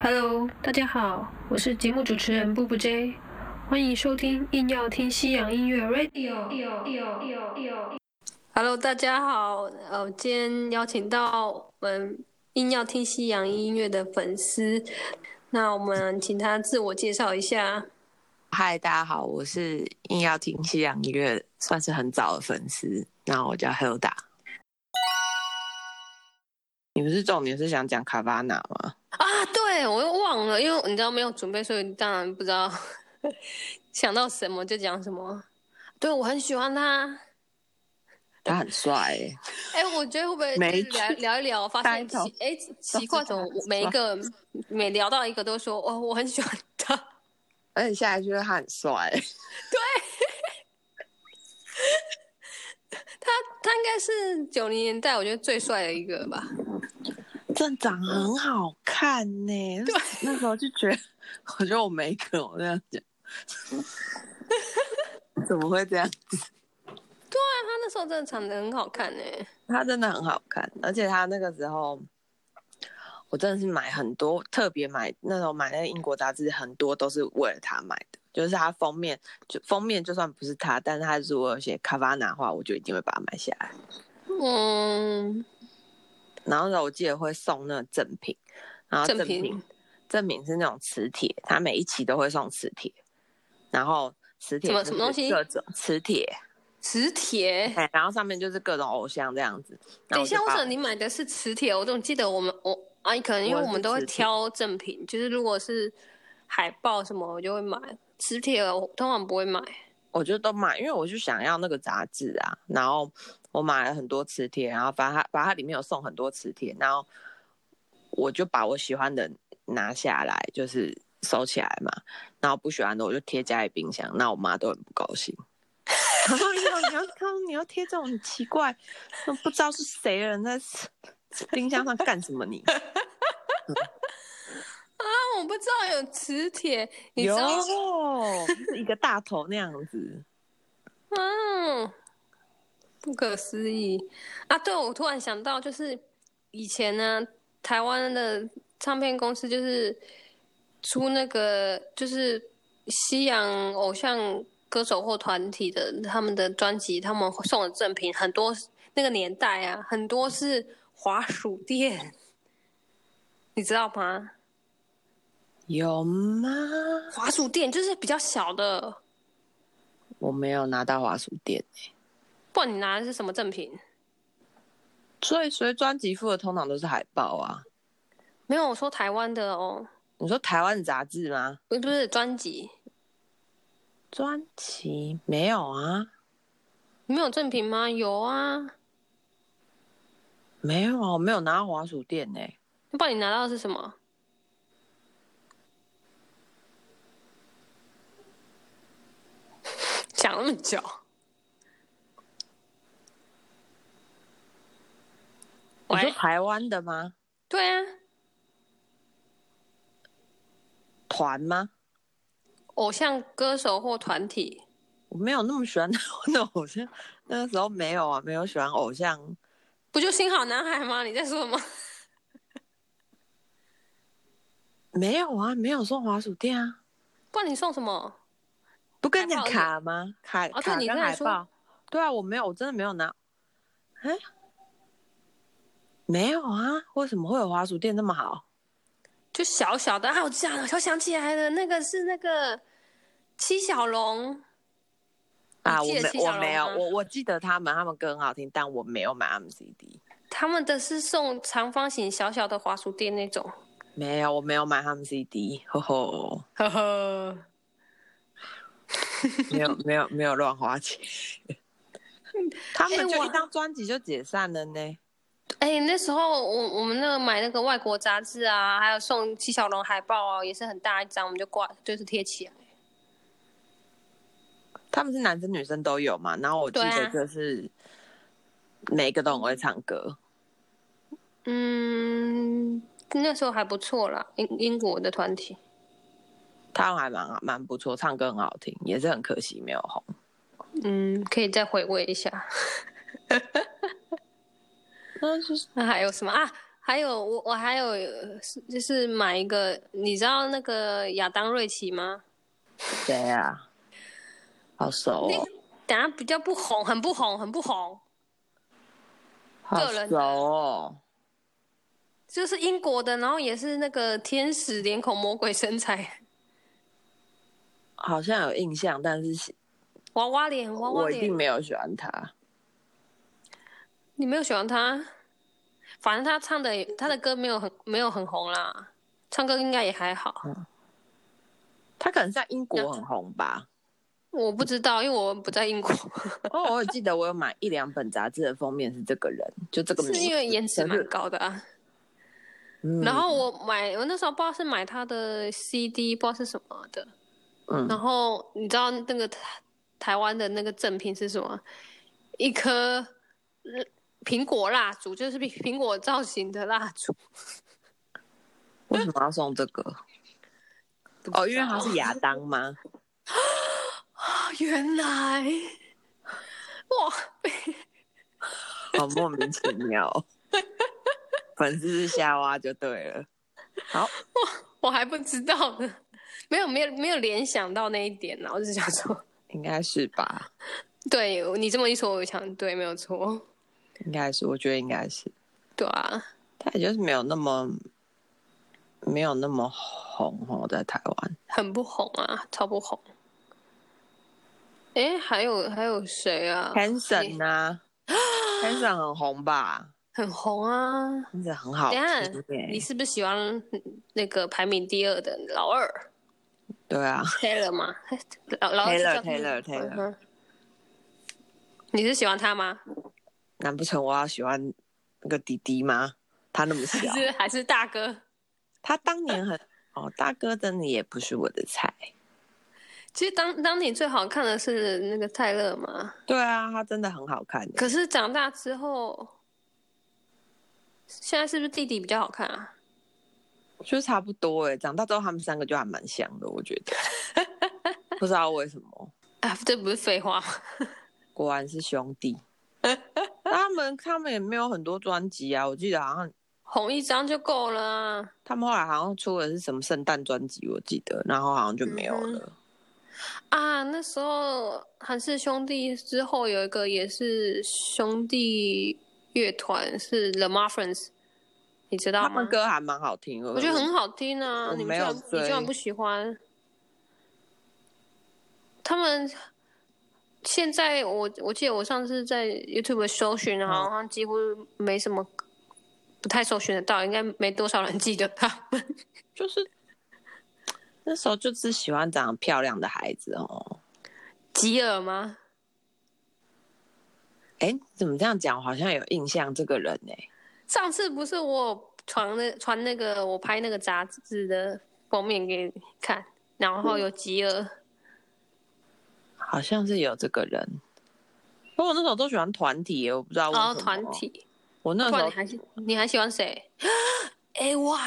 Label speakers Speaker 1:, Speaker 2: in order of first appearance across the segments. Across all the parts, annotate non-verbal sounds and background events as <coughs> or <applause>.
Speaker 1: 大家好，我是节目主持人布布 J，欢迎收听硬要听西洋音乐 Radio。Hello，大家好，呃，今天邀请到我们硬要听西洋音乐的粉丝，那我们请他自我介绍一下。
Speaker 2: 嗨，大家好，我是硬要听西洋音乐，算是很早的粉丝。那我叫 Hilda。你不是重点是想讲卡巴纳吗？
Speaker 1: 啊，对，我又忘了，因为你知道没有准备，所以当然不知道 <laughs> 想到什么就讲什么。对，我很喜欢他。
Speaker 2: 他很帅、欸，
Speaker 1: 哎、我觉得会不会
Speaker 2: 没
Speaker 1: 就是聊
Speaker 2: 错
Speaker 1: 聊一聊，发
Speaker 2: 开
Speaker 1: 现奇
Speaker 2: 头
Speaker 1: 哎奇怪，怎么我每一个每聊到一个都说哦，我很喜欢他。
Speaker 2: 而且下一句就是他很帅、 <laughs>
Speaker 1: 他他应该是九零年代我觉得最帅的一个吧。
Speaker 2: 嗯正长得很好看呢、对，那时候就觉得， <laughs> 我觉得我没梗，我这样讲， <laughs> 怎么会这样？
Speaker 1: 但他那时候真的长得很好看哎、
Speaker 2: 他真的很好看，而且他那个时候，我真的是买很多，特别买那时候买那个英国杂志，很多都是为了他买的。就是他封面，就封面就算不是他，但是他如果有写卡巴纳的话，我就一定会把它买下来。
Speaker 1: 嗯，
Speaker 2: 然后呢，我记得会送那个赠品，然后
Speaker 1: 正
Speaker 2: 赠
Speaker 1: 品
Speaker 2: 品赠品是那种磁铁，它每一期都会送磁铁，然后磁铁
Speaker 1: 什么
Speaker 2: 就
Speaker 1: 什么东
Speaker 2: 是
Speaker 1: 西
Speaker 2: 各种磁铁，
Speaker 1: 磁铁。
Speaker 2: 哎，然后上面就是各种偶像这样子。然
Speaker 1: 等一
Speaker 2: 后我就
Speaker 1: 下，为
Speaker 2: 把
Speaker 1: 什么你买的是磁铁？我总记得我们我啊，可能因为
Speaker 2: 我
Speaker 1: 我们都会
Speaker 2: 是磁铁
Speaker 1: 挑正品，就是如果是海报什么，我就会买磁铁，我通常不会买。
Speaker 2: 我就都买，因为我就想要那个杂志啊，然后我买了很多磁铁，然后把它把它里面有送很多磁铁，然后我就把我喜欢的拿下来，就是收起来嘛，然后不喜欢的我就贴家里冰箱，那我妈都很不高兴。 <laughs> 然后你要你要看你要贴这种很奇怪，不知道是谁的人在冰箱上干什么你？
Speaker 1: 那我不知道有磁铁，你知
Speaker 2: 有
Speaker 1: 道？
Speaker 2: 一个大头那样子，
Speaker 1: 嗯，不可思议啊！对，我突然想到，就是以前呢，台湾的唱片公司就是出那个就是西洋偶像歌手或团体的他们的专辑，他们送的赠品很多，那个年代啊，很多是滑鼠垫，你知道吗？
Speaker 2: 有吗？
Speaker 1: 滑鼠垫就是比较小的，
Speaker 2: 我没有拿到华鼠欸店。
Speaker 1: 不管你拿的是什么赠品。
Speaker 2: 所以，所以专辑附的通常都是海报啊。
Speaker 1: 没有，我说台湾的哦，
Speaker 2: 你说台湾杂志吗？
Speaker 1: 不是不是专辑，
Speaker 2: 专辑没有啊，
Speaker 1: 没有正品吗？有啊，
Speaker 2: 没有啊，我没有拿到滑鼠店呢、
Speaker 1: 那帮你拿到的是什么？ <laughs> 讲那么久，
Speaker 2: 你说
Speaker 1: 喂，
Speaker 2: 台湾的吗？
Speaker 1: 对啊，
Speaker 2: 团吗？
Speaker 1: 偶像歌手或团体，
Speaker 2: 我没有那么喜欢台湾的偶像，那个时候没有啊，没有喜欢偶像。
Speaker 1: 不就新好男孩吗？你在说什么？
Speaker 2: 没有啊，没有送滑鼠店啊。
Speaker 1: 不然你送什么？
Speaker 2: 不跟你讲
Speaker 1: 海报
Speaker 2: 卡吗？卡、
Speaker 1: 哦对
Speaker 2: 卡
Speaker 1: 你
Speaker 2: 跟
Speaker 1: 刚才
Speaker 2: 海
Speaker 1: 说
Speaker 2: 报。对啊，我没有，我真的没有拿。哎、没有啊，为什么会有滑鼠店那么好？
Speaker 1: 就小小的，啊，我知道了，我想起来了，那个是那个七小龙，
Speaker 2: 啊，我
Speaker 1: 你记得
Speaker 2: 没
Speaker 1: 七
Speaker 2: 我
Speaker 1: 小龙
Speaker 2: 没有，
Speaker 1: 吗
Speaker 2: 我我记得他们，他们歌很好听，但我没有买他们 CD，
Speaker 1: 他们的是送长方形小小的滑鼠垫那种。
Speaker 2: 没有，我没有买他们 CD，吼吼，
Speaker 1: 呵呵，
Speaker 2: 没有没有没有乱花
Speaker 1: <laughs>
Speaker 2: 钱，他们
Speaker 1: 哎
Speaker 2: 就
Speaker 1: 我
Speaker 2: 一张专辑就解散了呢。
Speaker 1: 哎、那时候我我们那个买那个外国杂志啊，还有送七小龙海报啊，也是很大一张，我们就挂，就是贴起来。
Speaker 2: 他们是男生女生都有嘛，然后我记
Speaker 1: 对
Speaker 2: 得
Speaker 1: 啊
Speaker 2: 就是每个都很会唱歌，
Speaker 1: 嗯，那时候还不错啦，英英国的团体。
Speaker 2: 他们还蛮蛮不错，唱歌很好听，也是很可惜没有红。
Speaker 1: 嗯，可以再回味一下。 <laughs>
Speaker 2: 那就是
Speaker 1: 那还有什么啊？还有我我还有呃是就是买一个，你知道那个亚当瑞奇吗？
Speaker 2: 谁啊？好熟哦，
Speaker 1: <laughs> 等下比较不红，很不红，很不红，
Speaker 2: 好
Speaker 1: 个人
Speaker 2: 熟哦。
Speaker 1: 就是英国的，然后也是那个天使脸孔魔鬼身材，
Speaker 2: 好像有印象，但是
Speaker 1: 娃娃脸，娃娃
Speaker 2: 我一定
Speaker 1: 脸。
Speaker 2: 没有喜欢他。
Speaker 1: 你没有喜欢他？反正他唱的也他的歌没有很没有很红啦，唱歌应该也还好。
Speaker 2: 嗯他可能在英国很红吧？
Speaker 1: 我不知道，因为我不在英国，
Speaker 2: 哦，我有记得我有买一两本杂志的封面是这个人，就这个
Speaker 1: <laughs>
Speaker 2: 名
Speaker 1: 是
Speaker 2: 字。
Speaker 1: 因为颜值蛮高的啊。
Speaker 2: 嗯
Speaker 1: 然后我买，我那时候不知道是买他的 CD，不知道是什么的。
Speaker 2: 嗯，
Speaker 1: 然后你知道那个台台湾的那个赠品是什么？一颗呃苹果蜡烛，就是苹苹果造型的蜡烛。
Speaker 2: 为什么要送这个？哦，因为他是亚当吗？
Speaker 1: 啊，原来哇，
Speaker 2: 好莫名其妙哦。 <laughs> 粉丝是夏娃就对了。好，
Speaker 1: 我还不知道呢，没有没有没有联想到那一点啊呢。我只是想说，
Speaker 2: 应该是吧？
Speaker 1: 对你这么一说，我想对，没有错，
Speaker 2: 应该是，我觉得应该是。
Speaker 1: 对啊，
Speaker 2: 他也就是没有那么没有那么红哦，在台湾。
Speaker 1: 很不红啊，超不红。哎，还有还有谁啊？<gasps>
Speaker 2: Hanson 啊，Hanson 很红吧
Speaker 1: 很红啊，
Speaker 2: ？Hanson 很好
Speaker 1: 等
Speaker 2: 听
Speaker 1: 一下你
Speaker 2: 耶，
Speaker 1: 是不是喜欢那个排名第二的老二
Speaker 2: 对啊，
Speaker 1: Taylor 吗？老老二是
Speaker 2: Taylor，
Speaker 1: 叫 Taylor，
Speaker 2: Taylor，Taylor
Speaker 1: 嗯哼你是喜欢他吗？
Speaker 2: 难不成我要喜欢那个弟弟吗？他那么小
Speaker 1: <laughs> 还，是还是大哥？
Speaker 2: 他当年很哦，大哥真的也不是我的菜。
Speaker 1: 其实当当年最好看的是那个泰勒嘛，
Speaker 2: 对啊，他真的很好看耶，
Speaker 1: 可是长大之后，现在是不是弟弟比较好看啊？
Speaker 2: 就差不多哎。长大之后，他们三个就还蛮像的，我觉
Speaker 1: <laughs>
Speaker 2: 得。不知道为什么，
Speaker 1: 啊，这不是废话 <laughs> 吗？
Speaker 2: 果然是兄弟。他们他们也没有很多专辑啊，我记得好像
Speaker 1: 红一张就够了啊！
Speaker 2: 他们后来好像出的是什么圣诞专辑，我记得，然后好像就没有
Speaker 1: 嗯
Speaker 2: 了。
Speaker 1: 啊，那时候韩氏兄弟之后有一个也是兄弟乐团是 The Muffins，你知道
Speaker 2: 他
Speaker 1: 吗
Speaker 2: 们？歌还蛮好听的，
Speaker 1: 我觉得很好听啊！
Speaker 2: 我
Speaker 1: 你们
Speaker 2: 没
Speaker 1: 居
Speaker 2: 有
Speaker 1: 然你居然
Speaker 2: 追
Speaker 1: 不喜欢？他们现在我我记得我上次在 YouTube 搜寻，
Speaker 2: 嗯
Speaker 1: 好像几乎没什么，不太搜寻得到，应该没多少人记得他们。 <laughs>
Speaker 2: 就是那时候就是喜欢长得漂亮的孩子哦。
Speaker 1: 吉尔吗？
Speaker 2: 哎，怎么这样讲？我好像有印象这个人哎、
Speaker 1: 上次不是我有传那传那个我拍那个杂志的封面给你看，然
Speaker 2: 嗯
Speaker 1: 后有吉尔，
Speaker 2: 啊好像是有这个人。不过我那时候都喜欢团体耶、我不知道为
Speaker 1: 然后哦
Speaker 2: 什么。哦啊
Speaker 1: 团，体，
Speaker 2: 我那
Speaker 1: 不
Speaker 2: 时
Speaker 1: 然
Speaker 2: 候
Speaker 1: 你还喜你还喜欢谁？A One。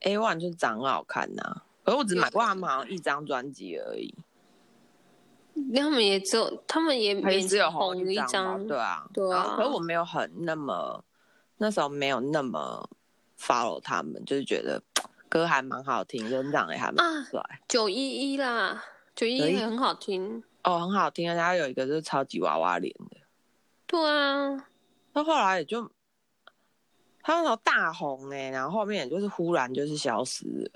Speaker 2: A One 就是长得好看呐、可是我只买过他们好像一张专辑而已，
Speaker 1: 他们也只有，他们也
Speaker 2: 还
Speaker 1: 没
Speaker 2: 是只有红
Speaker 1: 红一
Speaker 2: 张嘛，对啊，
Speaker 1: 对啊
Speaker 2: 然后可是我没有很那么，那时候没有那么 follow 他们，就是觉得歌还蛮好听，人长得也还蛮
Speaker 1: 啊，
Speaker 2: 帅、
Speaker 1: 九一一啦，九一
Speaker 2: 九一
Speaker 1: 一很好听。
Speaker 2: 哦，很好听。而且他有一个就是超级娃娃脸的，
Speaker 1: 对啊，
Speaker 2: 那后来也就他那时候大红哎、然后后面也就是忽然就是消失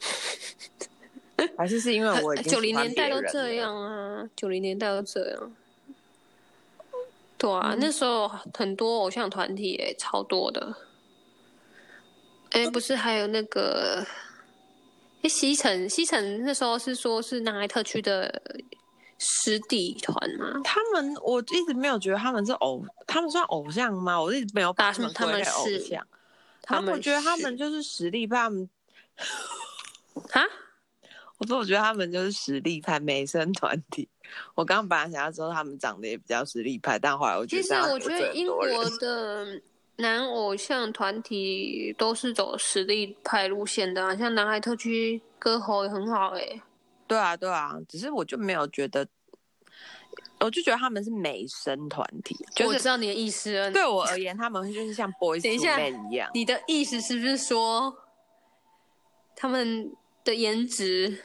Speaker 2: 了，还是是因为我已经
Speaker 1: 九零
Speaker 2: 喜欢
Speaker 1: 年代
Speaker 2: 别
Speaker 1: 都
Speaker 2: 人了
Speaker 1: 这，样啊，九零年代都这样。对啊，
Speaker 2: 嗯
Speaker 1: 那时候很多偶像团体诶、超多的。哎，不是还有那个，哎，西城，西城那时候是说是南海特区的师弟团嘛，
Speaker 2: 他们我一直没有觉得他们是偶，他们算偶像吗？我一直没有把
Speaker 1: 啊
Speaker 2: 他们
Speaker 1: 他
Speaker 2: 归
Speaker 1: 们
Speaker 2: 类偶
Speaker 1: 是
Speaker 2: 像。
Speaker 1: 他
Speaker 2: 然后
Speaker 1: 们
Speaker 2: 我觉得他
Speaker 1: 是
Speaker 2: 们就是实力派，他们
Speaker 1: 啊，
Speaker 2: 我说我觉得他们就是实力派美声团体。我刚刚本来想要说他们长得也比较实力派，但后来我觉
Speaker 1: 其
Speaker 2: 得
Speaker 1: 实
Speaker 2: 这样
Speaker 1: 我觉
Speaker 2: 得
Speaker 1: 得
Speaker 2: 罪很
Speaker 1: 英
Speaker 2: 多人
Speaker 1: 国的男偶像团体都是走实力派路线的、啊，像南海特区歌喉也很好哎、
Speaker 2: 对啊对啊，只是我就没有觉得，我就觉得他们是美声团体，就
Speaker 1: 我
Speaker 2: 是
Speaker 1: 知道你的意思了。
Speaker 2: 对我而言，他们就是
Speaker 1: <laughs>
Speaker 2: 像 boys
Speaker 1: 等一下
Speaker 2: to men 一样。
Speaker 1: 你的意思是不是说他们的颜值？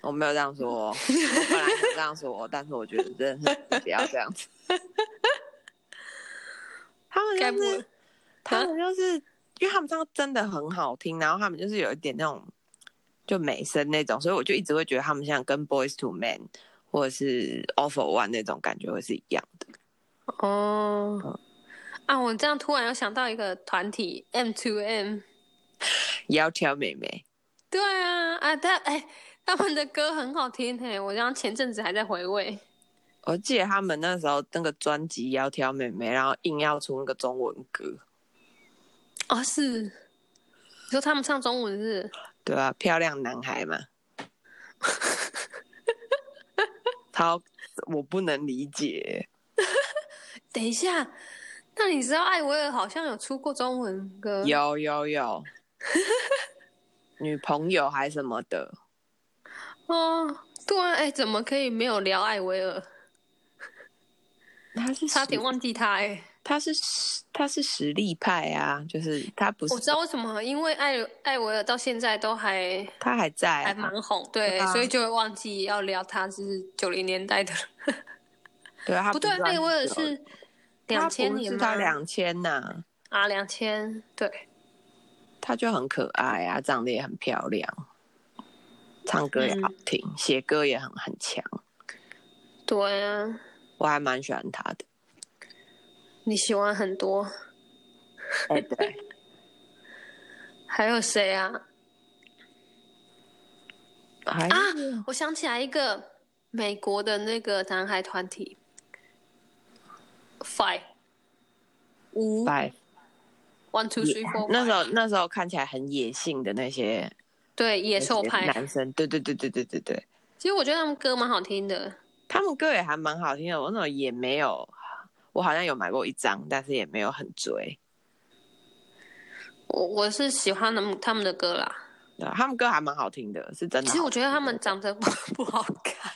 Speaker 2: 我没有这样说哦，我本来想这样说，哦但是我觉得真的是不要这样子。他们
Speaker 1: 该不
Speaker 2: 就是
Speaker 1: 会
Speaker 2: 他们就是，因为他们唱真的很好听，然后他们就是有一点那种就美声那种，所以我就一直会觉得他们像跟 Boys to Men 或者是 All for One 那种感觉会是一样的。
Speaker 1: 哦啊！我这样突然又想到一个团体 M to M，
Speaker 2: 也要挑妹妹，
Speaker 1: 对啊啊，他哎、他们的歌很好听嘿、我刚前阵子还在回味。
Speaker 2: 我记得他们那时候那个专辑也要挑妹妹，然后硬要出那个中文歌，
Speaker 1: 哦，是你说他们唱中文是
Speaker 2: 对吧、漂亮男孩嘛，超我不能理解，
Speaker 1: 等一下，那你知道艾薇儿好像有出过中文歌？
Speaker 2: 有有有，女朋友还什么的。
Speaker 1: 哦，对啊，哎、怎么可以没有聊艾薇儿？
Speaker 2: 他是
Speaker 1: 差点
Speaker 2: 实
Speaker 1: 忘记她哎、
Speaker 2: 他是实他是实力派啊，就是他不是
Speaker 1: 我知道为什么，因为艾艾薇儿到现在都还
Speaker 2: 他还在、
Speaker 1: 还
Speaker 2: 啊，
Speaker 1: 蛮红，对，
Speaker 2: 对啊
Speaker 1: 所以就会忘记要聊她是九零年代的人。
Speaker 2: 对啊，他
Speaker 1: 不对，
Speaker 2: 算
Speaker 1: 艾薇儿
Speaker 2: 久了
Speaker 1: 是两千年
Speaker 2: 他不是
Speaker 1: 吗
Speaker 2: 到？两千呐，
Speaker 1: 啊，两千，对，
Speaker 2: 他就很可爱啊，长得也很漂亮，唱歌也好听，写歌也很很强，
Speaker 1: 对啊，
Speaker 2: 我还蛮喜欢他的。
Speaker 1: 你喜欢很多，
Speaker 2: 哎、对，
Speaker 1: 还有谁啊？
Speaker 2: 还
Speaker 1: 啊，我想起来一个美国的那个男孩团体，Five 五
Speaker 2: 拜
Speaker 1: One Two Three Four，
Speaker 2: 那时
Speaker 1: five
Speaker 2: 候那时候看起来很野性的那些
Speaker 1: 对野兽
Speaker 2: 那些
Speaker 1: 派。
Speaker 2: 男生，对对对对对对对，
Speaker 1: 其实我觉得他们歌蛮好听的，
Speaker 2: 他们歌也还蛮好听的，我那种也没有，我好像有买过一张，但是也没有很追。
Speaker 1: 我我是喜欢他们他们的歌啦。
Speaker 2: 对啊，他们歌还蛮好听的，是真
Speaker 1: 其
Speaker 2: 的好。
Speaker 1: 实我觉得他们长得不不好看，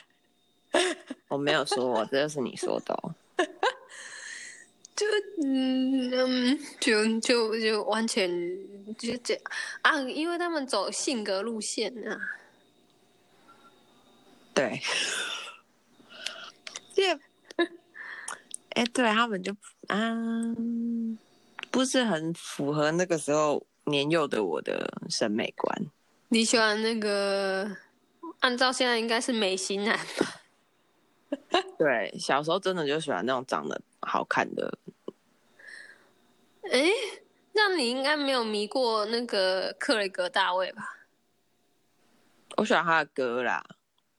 Speaker 1: <laughs>
Speaker 2: 我没有说，这就是你说的、哦。
Speaker 1: 就嗯嗯，就就就完全就这样啊，因为他们走性格路线啊。
Speaker 2: 对， <laughs> 这，哎，对他们就啊，不是很符合那个时候年幼的我的审美观。
Speaker 1: 你喜欢那个？按照现在应该是美型男吧？
Speaker 2: 对，小时候真的就喜欢那种长得好看的，
Speaker 1: 诶，那你应该没有迷过那个克雷格大卫吧？
Speaker 2: 我喜欢他的歌啦。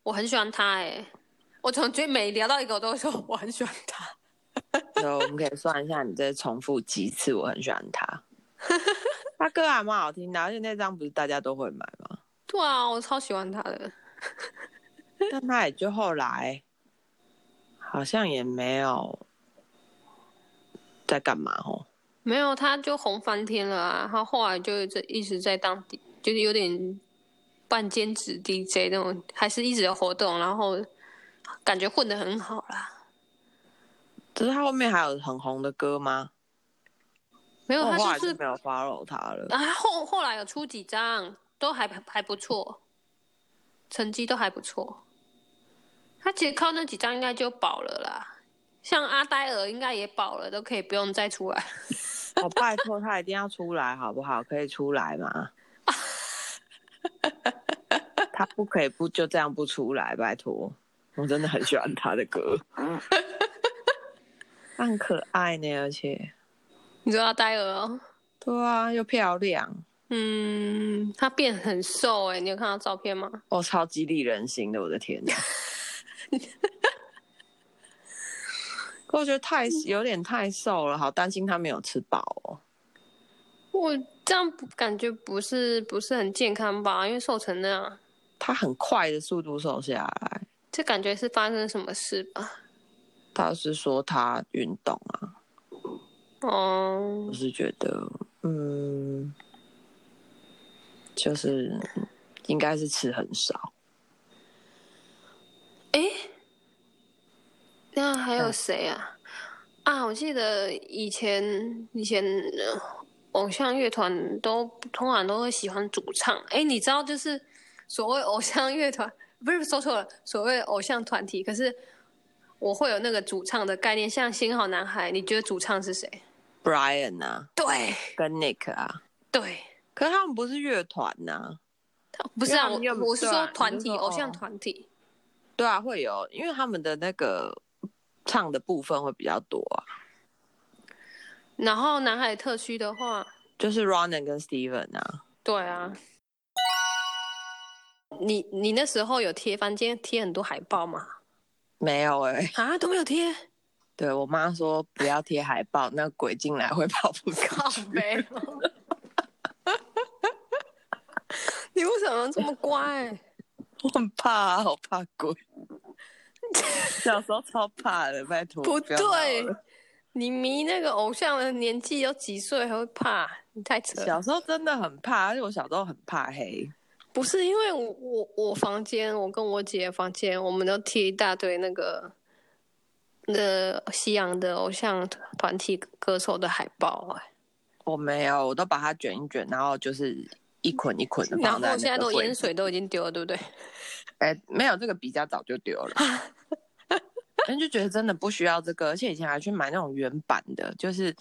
Speaker 1: 我很喜欢他诶，我总觉得每聊到一个我都会说我很喜欢他。
Speaker 2: 所以我们可以算一下，你再重复几次。我很喜欢他，他歌还蛮好听的，而且那张不是大家都会买吗？
Speaker 1: 对啊，我超喜欢他的。
Speaker 2: <laughs> 但他也就后来好像也没有在干嘛哦。
Speaker 1: 没有，他就红翻天了啊！他后来就这一直在当地，就是有点半兼职 DJ 那种，还是一直有活动，然后感觉混得很好啦。
Speaker 2: 只是他后面还有很红的歌吗？
Speaker 1: 没有，
Speaker 2: 我后
Speaker 1: 他
Speaker 2: 来
Speaker 1: 就是
Speaker 2: 就没有 follow 他了。
Speaker 1: 啊，他后后来有出几张，都还还不错，成绩都还不错。他其实靠那几张应该就保了啦，像阿呆尔应该也保了，都可以不用再出来。 <laughs>
Speaker 2: 我哦拜托他一定要出来好不好？可以出来吗？他不可以不就这样不出来，拜托！我真的很喜欢他的
Speaker 1: <laughs>
Speaker 2: 歌，他很可爱呢，而且
Speaker 1: 你知道阿呆尔哦？
Speaker 2: 对啊，又漂亮，
Speaker 1: 嗯，他变很瘦哎、你有看到照片吗？
Speaker 2: 哦，超激励人心的，我的天哪！ <laughs> 可我觉得太有点太瘦了，好担心他没有吃饱哦。
Speaker 1: 我这样不感觉不是不是很健康吧？因为瘦成那样，
Speaker 2: 他很快的速度瘦下来，
Speaker 1: 这感觉是发生什么事吧？
Speaker 2: 他是说他运动啊，
Speaker 1: 哦
Speaker 2: 我，是觉得，嗯，就是应该是吃很少。
Speaker 1: 哎、那还
Speaker 2: 嗯
Speaker 1: 有谁啊？啊，我记得以前以前、呃偶像乐团都通常都会喜欢主唱。哎，你知道就是所谓偶像乐团，不是说错了，所谓偶像团体。可是我会有那个主唱的概念，像《新好男孩》，你觉得主唱是谁？
Speaker 2: Brian 啊，
Speaker 1: 对
Speaker 2: 跟 Nick 啊，
Speaker 1: 对，
Speaker 2: 可是他们不是乐团呐。
Speaker 1: 不是啊，
Speaker 2: 因为他
Speaker 1: 我
Speaker 2: 们又不
Speaker 1: 我是
Speaker 2: 对啊
Speaker 1: 说团
Speaker 2: 你就
Speaker 1: 体，
Speaker 2: 说
Speaker 1: 偶像
Speaker 2: 哦
Speaker 1: 团体。
Speaker 2: 对啊，会有，因为他们的那个唱的部分会比较多啊，
Speaker 1: 然后南海特区的话，
Speaker 2: 就是 Ronan 跟 Steven 啊，
Speaker 1: 对啊，你你那时候有贴房间贴很多海报吗？
Speaker 2: 没有哎、
Speaker 1: 啊，都没有 <laughs> 贴，
Speaker 2: 对我妈说不要贴海报，那鬼进来会跑不
Speaker 1: 好
Speaker 2: 掉。
Speaker 1: 悲、哦 <laughs> 你为什么这么 <laughs> 乖？
Speaker 2: <laughs> 我很怕啊，好怕鬼。 <laughs> 小时候超怕的，拜托。
Speaker 1: 不
Speaker 2: 要闹
Speaker 1: 对
Speaker 2: 了，
Speaker 1: 你迷那个偶像的年纪有几岁还会怕？你太扯了。
Speaker 2: 小时候真的很怕，而且我小时候很怕黑。
Speaker 1: 不是因为我我我房间，我跟我姐房间，我们都贴一大堆那个，呃，西洋的偶像团体歌手的海报、哎
Speaker 2: 我没有，我都把它卷一卷，然后就是一捆一捆的
Speaker 1: 然后
Speaker 2: 放在那个柜
Speaker 1: 现
Speaker 2: 子。
Speaker 1: 在都淹 <laughs> 水都已经丢了，对不对？
Speaker 2: 哎，没有这个比较早就丢了，人就觉得真的不需要这个，而且以前还去买那种原版的，就是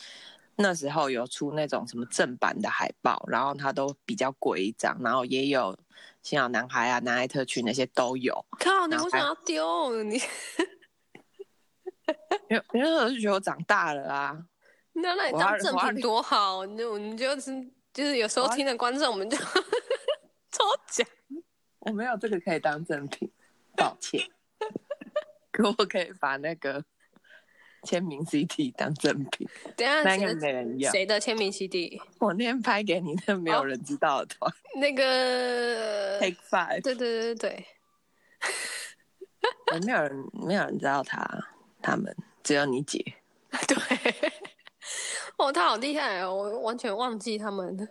Speaker 2: 那时候有出那种什么正版的海报，然后它都比较贵一张，然后也有新老男孩啊、男孩特区那些都有，
Speaker 1: 靠，你
Speaker 2: 然后
Speaker 1: 为什么要丢？你
Speaker 2: 因为因为我就觉得我长大了啊，
Speaker 1: 你拿那里
Speaker 2: 我要
Speaker 1: 当赠
Speaker 2: 我要
Speaker 1: 品多好，你我们就是就是有时候
Speaker 2: 我要
Speaker 1: 听的观众，我们就 <laughs> 抽奖。
Speaker 2: 我没有这个可以当赠品，抱歉， <laughs> 可我可以把那个签名 CD 当赠品，
Speaker 1: 等一下
Speaker 2: 那
Speaker 1: 谁
Speaker 2: 应该
Speaker 1: 的
Speaker 2: 没人要。
Speaker 1: 谁的签名 CD？
Speaker 2: 我那天拍给你那没有人知道的团、
Speaker 1: 那个
Speaker 2: t a k e Five。
Speaker 1: 对对对对 <laughs> 对，
Speaker 2: 我没有人，没有人知道他，他们只有你姐。
Speaker 1: 对，哦，他好厉害哦！我完全忘记他们了。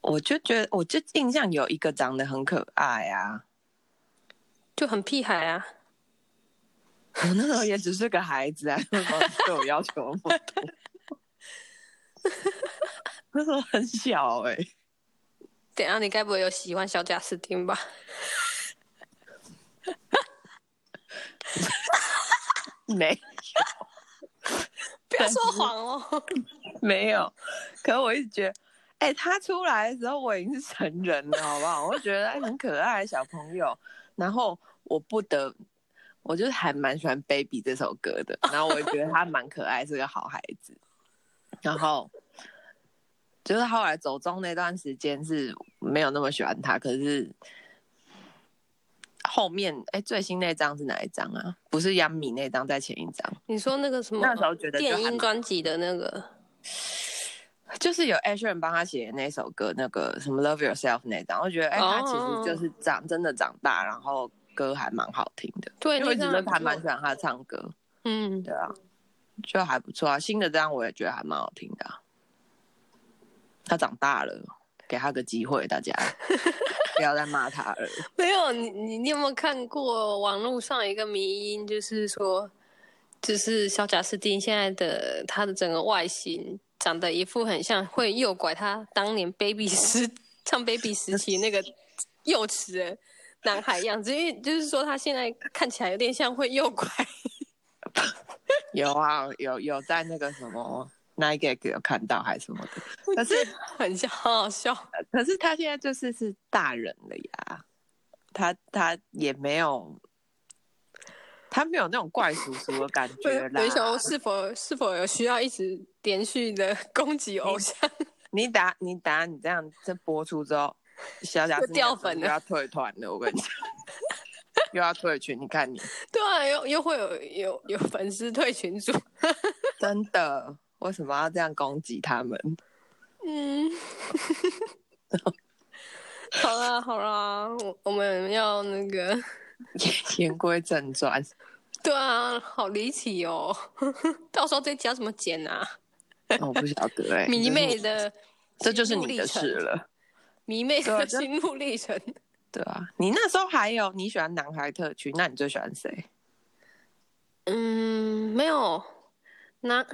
Speaker 2: 我就觉得，我就印象有一个长得很可爱啊，
Speaker 1: 就很屁孩啊！
Speaker 2: 我那时候也只是个孩子啊， <laughs> 为什么对我要求那么多？ <laughs> 那时候很小哎、
Speaker 1: 等一下你该不会有喜欢小贾斯汀吧？
Speaker 2: 没
Speaker 1: 不要说谎
Speaker 2: <laughs>
Speaker 1: 哦！
Speaker 2: 没有，可我一直觉得，哎、他出来的时候我已经是成人了，好不好？我就觉得哎很可爱的小朋友，然后我不得，我就是还蛮喜欢《Baby》这首歌的，然后我也觉得他蛮可爱，是个好孩子。然后就是后来走中那段时间是没有那么喜欢他，可是后面哎、最新那张是哪一张啊？不是央米那张，在前一张。
Speaker 1: 你说那个什么？
Speaker 2: 那时候觉得就
Speaker 1: 电
Speaker 2: 还
Speaker 1: 音
Speaker 2: 蛮
Speaker 1: 专辑的那个，
Speaker 2: 就是有 a s h e r 帮他写的那首歌，那个什么 Love Yourself 那张，我觉得哎、
Speaker 1: 哦
Speaker 2: 他其实就是长真的长大，然后歌还蛮好听的，
Speaker 1: 对，
Speaker 2: 因为我一
Speaker 1: 那
Speaker 2: 直
Speaker 1: 张
Speaker 2: 都还
Speaker 1: 很不
Speaker 2: 蛮
Speaker 1: 错
Speaker 2: 喜欢他唱歌，
Speaker 1: 嗯，
Speaker 2: 对啊，就还不错啊。新的这张我也觉得还蛮好听的啊、他长大了，给他个机会，大家不要再骂他了。
Speaker 1: <laughs>
Speaker 2: <laughs>
Speaker 1: 没有你你你有没有看过网络上一个迷因，就是说，就是小贾斯汀现在的他的整个外形长得一副很像会诱拐他当年 baby <laughs> 时唱 baby 时期那个幼齿的男孩样子，因为就是说他现在看起来有点像会诱拐。
Speaker 2: 有啊，有有在那个什么 Nike 有看到还是什么的，可是
Speaker 1: <laughs> 很像，好好笑。
Speaker 2: 可是他现在就是是大人了呀，他他也没有，他没有那种怪叔叔的感
Speaker 1: 我
Speaker 2: 觉啦
Speaker 1: 我。想说是否是否有需要一直连续的攻击偶像？ <laughs>
Speaker 2: 你打你打你这样这播出之后，小贾
Speaker 1: 又
Speaker 2: 斯汀
Speaker 1: 掉粉了
Speaker 2: 又要退团了，我跟你讲， <laughs> 又要退群。你看
Speaker 1: <laughs>
Speaker 2: 你
Speaker 1: 对啊，又又会有有有粉丝退群组。
Speaker 2: 真的为什么要这样攻击他们？ <laughs>
Speaker 1: 嗯， <laughs> 好啦好啦，我我们要那个， <laughs>
Speaker 2: 言归正传，
Speaker 1: 对啊，好离奇哦， <laughs> 到时候这集要怎么剪啊？
Speaker 2: 我不晓得哎、
Speaker 1: 迷妹的，
Speaker 2: 这就是你的事，了。
Speaker 1: 迷妹的
Speaker 2: 对啊就
Speaker 1: 心路历程。
Speaker 2: 对啊，你那时候还有你喜欢男孩特区，那你最喜欢谁？
Speaker 1: 嗯，没有。男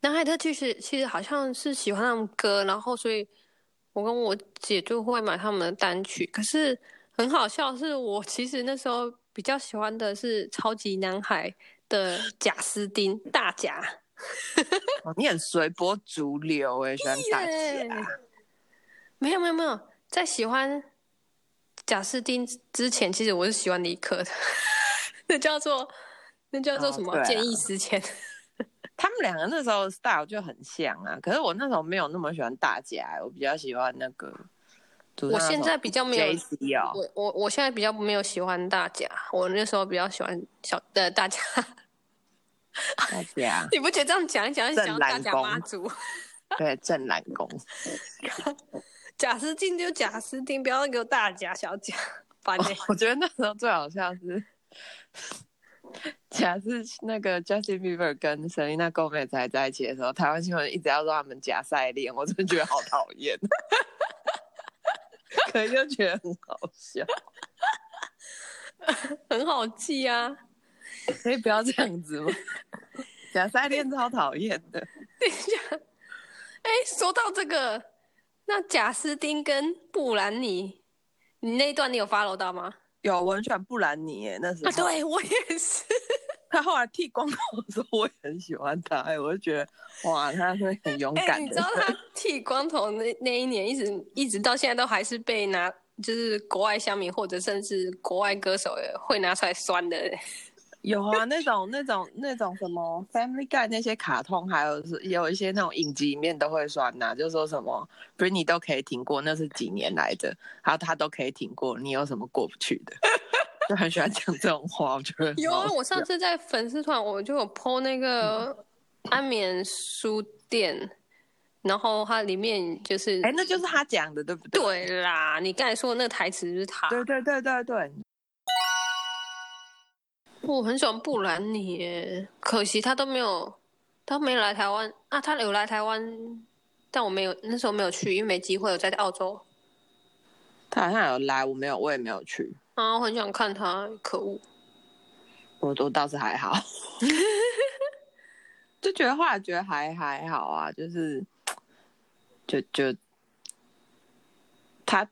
Speaker 1: 男孩他其实其实好像是喜欢他们歌，然后所以我跟我姐就会买他们的单曲。可是很好笑的是，我其实那时候比较喜欢的是超级男孩的贾斯汀大贾。
Speaker 2: 哦你很随波逐流哎、喜欢打
Speaker 1: 耶
Speaker 2: 架。
Speaker 1: 没有没有没有，在喜欢贾斯汀之前，其实我是喜欢尼克的， <laughs> 那叫做那叫做
Speaker 2: 哦
Speaker 1: 什么？
Speaker 2: 对啊
Speaker 1: 见异思迁。
Speaker 2: 他们两个那时候 style 就很像啊，可是我那时候没有那么喜欢大家、我比较喜欢那个。
Speaker 1: 我现在比较没有
Speaker 2: J
Speaker 1: <laughs>
Speaker 2: C 哦，
Speaker 1: 我我我现在比较没有喜欢大家，我那时候比较喜欢小呃大家。
Speaker 2: 大啊家
Speaker 1: <laughs> 你不觉得这样讲一讲，
Speaker 2: 正
Speaker 1: 想到大
Speaker 2: 蓝
Speaker 1: 家
Speaker 2: 宫
Speaker 1: 妈祖？
Speaker 2: 对正蓝
Speaker 1: <laughs>
Speaker 2: 宫，
Speaker 1: 贾斯汀就贾斯汀，不要给我大贾小贾，烦欸 <laughs>
Speaker 2: 我觉得那时候最好笑是，假是那个 Justin Bieber 跟 Selena Gomez 还在一起的时候，台湾新闻一直要说他们假赛恋，我真的觉得好讨厌， <laughs> 可是就觉得很好笑，
Speaker 1: 很好记啊。 <laughs>
Speaker 2: 可以不要这样子吗？ <laughs> 假赛恋超讨厌的。
Speaker 1: 哎，说到这个，那贾斯汀跟布兰妮，你那一段你有 follow 到吗？
Speaker 2: 有，我很喜欢布兰妮耶，那时候、
Speaker 1: 啊，对我也是。
Speaker 2: 他后来剃光头的时候，我也很喜欢他耶，我就觉得哇，他是很勇
Speaker 1: 哎、
Speaker 2: 敢
Speaker 1: 你知
Speaker 2: 的。
Speaker 1: 道
Speaker 2: <laughs>
Speaker 1: 他剃光头那那一年，一直一直到现在都还是被拿，就是国外乡民或者甚至国外歌手也会拿出来酸的。
Speaker 2: <laughs> 有啊，那种那种那种什么《Family Guy》那些卡通，还有是也有一些那种影集里面都会酸呐、就说什么 Britney 都可以挺过，那是几年来的，然后他都可以挺过，你有什么过不去的？ <laughs> 就很喜欢讲这种话，我觉得很
Speaker 1: 有
Speaker 2: 好
Speaker 1: 啊，
Speaker 2: 笑
Speaker 1: 我上次在粉丝团我就有 PO 那
Speaker 2: 嗯
Speaker 1: 个安眠书店，然后它里面就是
Speaker 2: 哎、那就是他讲的，对不对？
Speaker 1: 对啊啦，你刚才说的那个台词就是他。
Speaker 2: 对对对对对，
Speaker 1: 我很喜欢布兰妮耶，可惜他都没有，他没来台湾啊，他有来台湾，但我没有，那时候没有去，因为没机会，我在澳洲。
Speaker 2: 他好像有来，我没有，我也没有去，
Speaker 1: 啊，我很想看他，可恶。
Speaker 2: 哦我我倒是还
Speaker 1: <laughs>
Speaker 2: 好，就觉得后来觉得还还好啊，就是就就他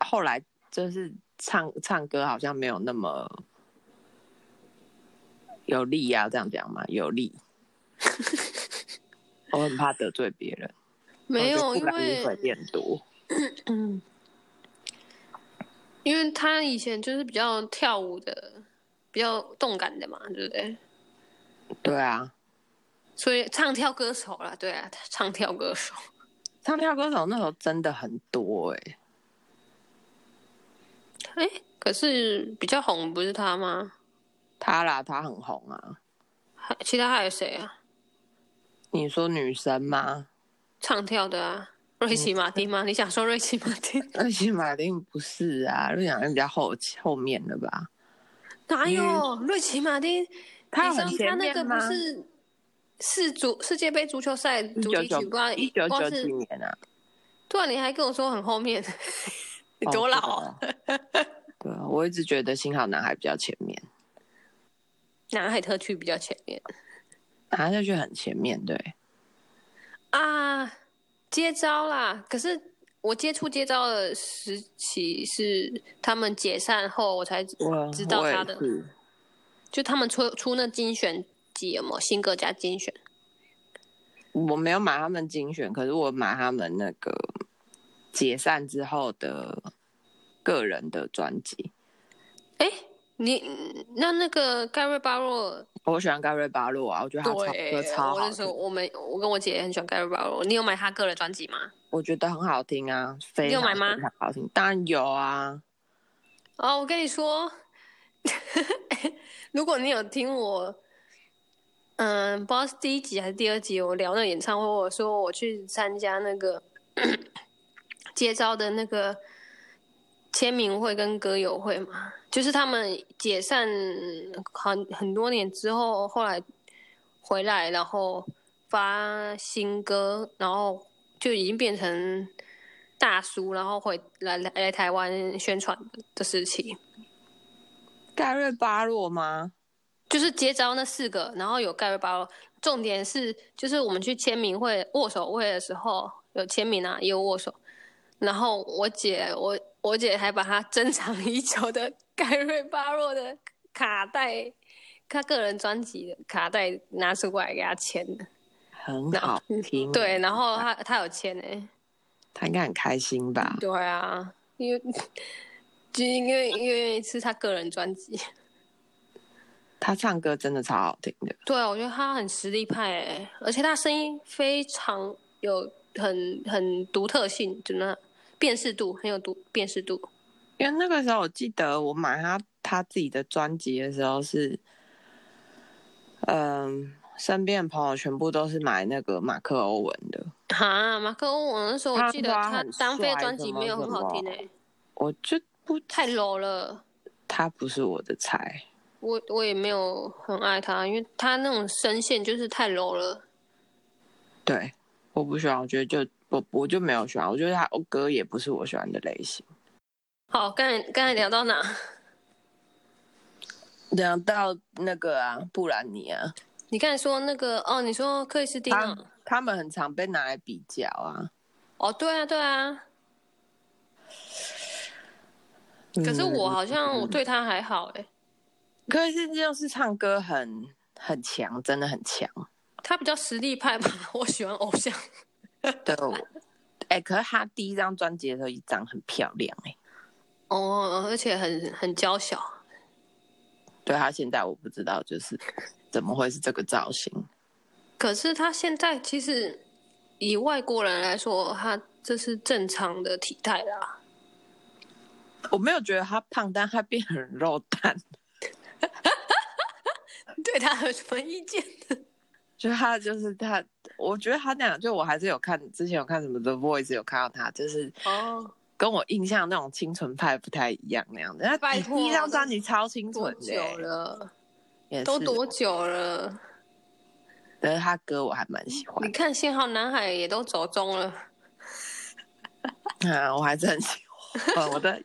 Speaker 2: 后来就是唱唱歌好像没有那么有力啊，这样讲嘛，有
Speaker 1: <laughs>
Speaker 2: 力。我很怕得罪别人，
Speaker 1: 没有，
Speaker 2: 我觉
Speaker 1: 因
Speaker 2: 得不然你会
Speaker 1: 为
Speaker 2: 变多。
Speaker 1: 嗯，因为他以前就是比较跳舞的，比较动感的嘛，对不对？
Speaker 2: 对啊，
Speaker 1: 所以唱跳歌手啦，对啊，唱跳歌手。
Speaker 2: 唱跳歌手那时候真的很多哎、
Speaker 1: 哎， <laughs> 可是比较红不是他吗？
Speaker 2: 他啦，他很红啊。
Speaker 1: 还其他还有谁啊？
Speaker 2: 你说女生吗？
Speaker 1: 唱跳的啊，瑞奇马丁吗？你想说瑞奇马丁？ <laughs>
Speaker 2: 瑞奇马丁不是啊，瑞奇马丁比较后后面的吧？
Speaker 1: 哪有瑞奇马丁？
Speaker 2: 嗯他
Speaker 1: 你
Speaker 2: 很
Speaker 1: 上次他
Speaker 2: 前
Speaker 1: 那个
Speaker 2: 面吗
Speaker 1: 不？是世足世界杯足球赛
Speaker 2: 一
Speaker 1: 主
Speaker 2: 九
Speaker 1: 题曲，
Speaker 2: 九
Speaker 1: 不知道
Speaker 2: 一九
Speaker 1: 不知
Speaker 2: 九
Speaker 1: 道
Speaker 2: 几
Speaker 1: 是
Speaker 2: 年啊，
Speaker 1: 突然你还跟我说很后面，你
Speaker 2: <laughs> 哦
Speaker 1: 多老啊？？
Speaker 2: 对啊
Speaker 1: <laughs>
Speaker 2: 对啊，我一直觉得《幸好男孩》比较前面，啊
Speaker 1: 南海特区比较前面
Speaker 2: 男啊孩就去很前面，对。
Speaker 1: 啊，接招啦！可是我接触接招的时期是他们解散后，我才
Speaker 2: 我
Speaker 1: 知道
Speaker 2: 我
Speaker 1: 他
Speaker 2: 也
Speaker 1: 的，
Speaker 2: 是，
Speaker 1: 就他们出出那精选集有没有新歌加精选？
Speaker 2: 我没有买他们精选，可是我买他们那个解散之后的个人的专辑。
Speaker 1: 哎，你那那个盖瑞巴洛，
Speaker 2: 我喜欢盖瑞巴洛啊，我觉得他唱歌
Speaker 1: 对，
Speaker 2: 超
Speaker 1: 我
Speaker 2: 好
Speaker 1: 那时
Speaker 2: 听
Speaker 1: 候，我们我跟我姐也很喜欢盖瑞巴洛，你有买他个人专辑吗？
Speaker 2: 我觉得很好听啊，非
Speaker 1: 你有
Speaker 2: 常
Speaker 1: 买吗
Speaker 2: 非常好听，当然有啊。
Speaker 1: 哦，我跟你说， <laughs> 如果你有听我，嗯，不知道是第一集还是第二集，我聊那个演唱会，我说我去参加那个 <coughs> 接招的那个签名会跟歌友会嘛，就是他们解散很很多年之后，后来回来，然后发新歌，然后就已经变成大叔，然后回来来来台湾宣传的事情。
Speaker 2: 盖瑞巴洛吗？
Speaker 1: 就是接招那四个，然后有盖瑞包。重点是，就是我们去签名会、握手会的时候有签名啊，也有握手。然后我姐，我我姐还把她珍藏已久的盖瑞巴洛的卡带，她个人专辑的卡带拿出过来给她签的。
Speaker 2: 很
Speaker 1: <laughs>
Speaker 2: 好听。啊
Speaker 1: 对，然后她她有签哎、
Speaker 2: 他应该很开心吧？
Speaker 1: 对啊，因为 <laughs> 就因为因为是她个人专辑。
Speaker 2: 他唱歌真的超好听的，
Speaker 1: 对，啊我觉得他很实力派哎，而且他声音非常有很很独特性，怎么辨识度很有独辨识度。
Speaker 2: 因为那个时候我记得我买他他自己的专辑的时候是，嗯，身边的朋友全部都是买那个马克欧文的，
Speaker 1: 哈，马克欧文那时候我记得
Speaker 2: 他
Speaker 1: 他
Speaker 2: 很
Speaker 1: 单飞
Speaker 2: 帅
Speaker 1: 专辑没有很好听
Speaker 2: 什么
Speaker 1: 哎，
Speaker 2: 我就不
Speaker 1: 太 low 了。
Speaker 2: 他不是我的菜，
Speaker 1: 我我也没有很爱他，因为他那种声线就是太 low 了。
Speaker 2: 对，我不喜欢，我觉得就我我就没有喜欢，我觉得他歌也不是我喜欢的类型。
Speaker 1: 好，刚才刚才聊到哪？
Speaker 2: 聊啊到那个啊，布兰妮啊，
Speaker 1: 你刚才说那个哦，你说克里斯汀
Speaker 2: 他
Speaker 1: 啊？
Speaker 2: 他们很常被拿来比较啊。
Speaker 1: 哦，对啊，对啊。
Speaker 2: 嗯
Speaker 1: 可是我好像我对他还好哎、
Speaker 2: 可是就是唱歌很很强，真的很强。
Speaker 1: 他比较实力派吧， <laughs> 我喜欢偶像。
Speaker 2: 对，我哎、可是他第一张专辑的时候，一张很漂亮哎、
Speaker 1: 哦，而且很很娇小。
Speaker 2: 对他现在我不知道，就是怎么会是这个造型？
Speaker 1: 可是他现在其实以外国人来说，他这是正常的体态啦。 <laughs>
Speaker 2: 我没有觉得他胖，但他变很肉蛋，
Speaker 1: 对他有什么意见？
Speaker 2: 就他就是他，我觉得他那样，就我还是有看之前有看什么 The Voice，有看到他，就是
Speaker 1: 哦，
Speaker 2: 跟我印象那种清纯派不太一样那样的。他
Speaker 1: 拜
Speaker 2: 第
Speaker 1: 托啊
Speaker 2: 第一张专辑超清
Speaker 1: 多
Speaker 2: 纯
Speaker 1: 久
Speaker 2: 的、欸
Speaker 1: 了？
Speaker 2: 也是
Speaker 1: 都多久了？
Speaker 2: 可是他歌我还蛮喜欢
Speaker 1: 你看，幸好男孩也都走中了。
Speaker 2: <laughs> 啊，我还是很喜欢。我的